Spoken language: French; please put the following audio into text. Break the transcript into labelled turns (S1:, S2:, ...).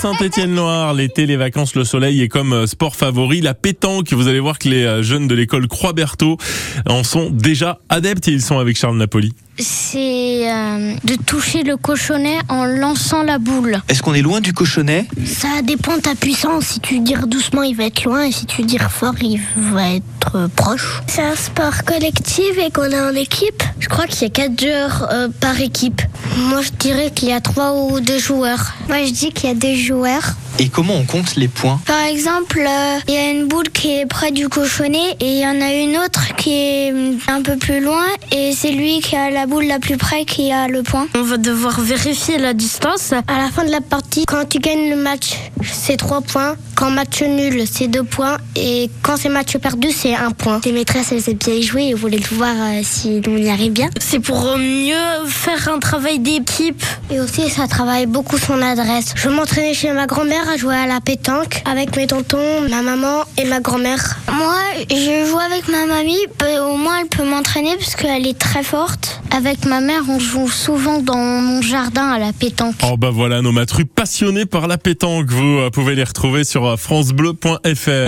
S1: Saint-Étienne-Loire, l'été, les vacances, le soleil et comme euh, sport favori, la pétanque. Vous allez voir que les euh, jeunes de l'école Croix-Berthaud en sont déjà adeptes et ils sont avec Charles Napoli.
S2: C'est euh, de toucher le cochonnet en lançant la boule.
S3: Est-ce qu'on est loin du cochonnet
S4: Ça dépend de ta puissance. Si tu tires doucement, il va être loin. Et si tu tires fort, il va être euh, proche.
S5: C'est un sport collectif et qu'on est en équipe.
S6: Je crois qu'il y a 4 joueurs euh, par équipe.
S7: Moi, je dirais qu'il y a 3 ou 2 joueurs.
S8: Moi, je dis qu'il y a 2 joueurs.
S3: Et comment on compte les points
S8: Par exemple, euh, il y a une boule qui est près du cochonnet et il y en a une autre qui est mm, un peu plus loin. Et c'est lui qui a la boule la plus près qui a le point.
S9: On va devoir vérifier la distance.
S10: À la fin de la partie, quand tu gagnes le match, c'est 3 points. Quand match nul, c'est 2 points. Et quand c'est match perdu, c'est 1 point.
S11: Les maîtresses, elles aiment bien jouer et voulaient tout voir euh, si on y arrive bien.
S9: C'est pour euh, mieux faire un travail d'équipe.
S10: Et aussi, ça travaille beaucoup son adresse. Je m'entraînais chez ma grand-mère à jouer à la pétanque avec mes tontons, ma maman et ma grand-mère.
S8: Moi, je joue avec ma mamie. Au moins, elle peut m'entraîner parce qu'elle est très forte.
S2: Avec ma mère, on joue souvent dans mon jardin à la pétanque.
S1: Oh euh, bah voilà, nos matrus passionnés par la pétanque. Vous pouvez les retrouver sur francebleu.fr.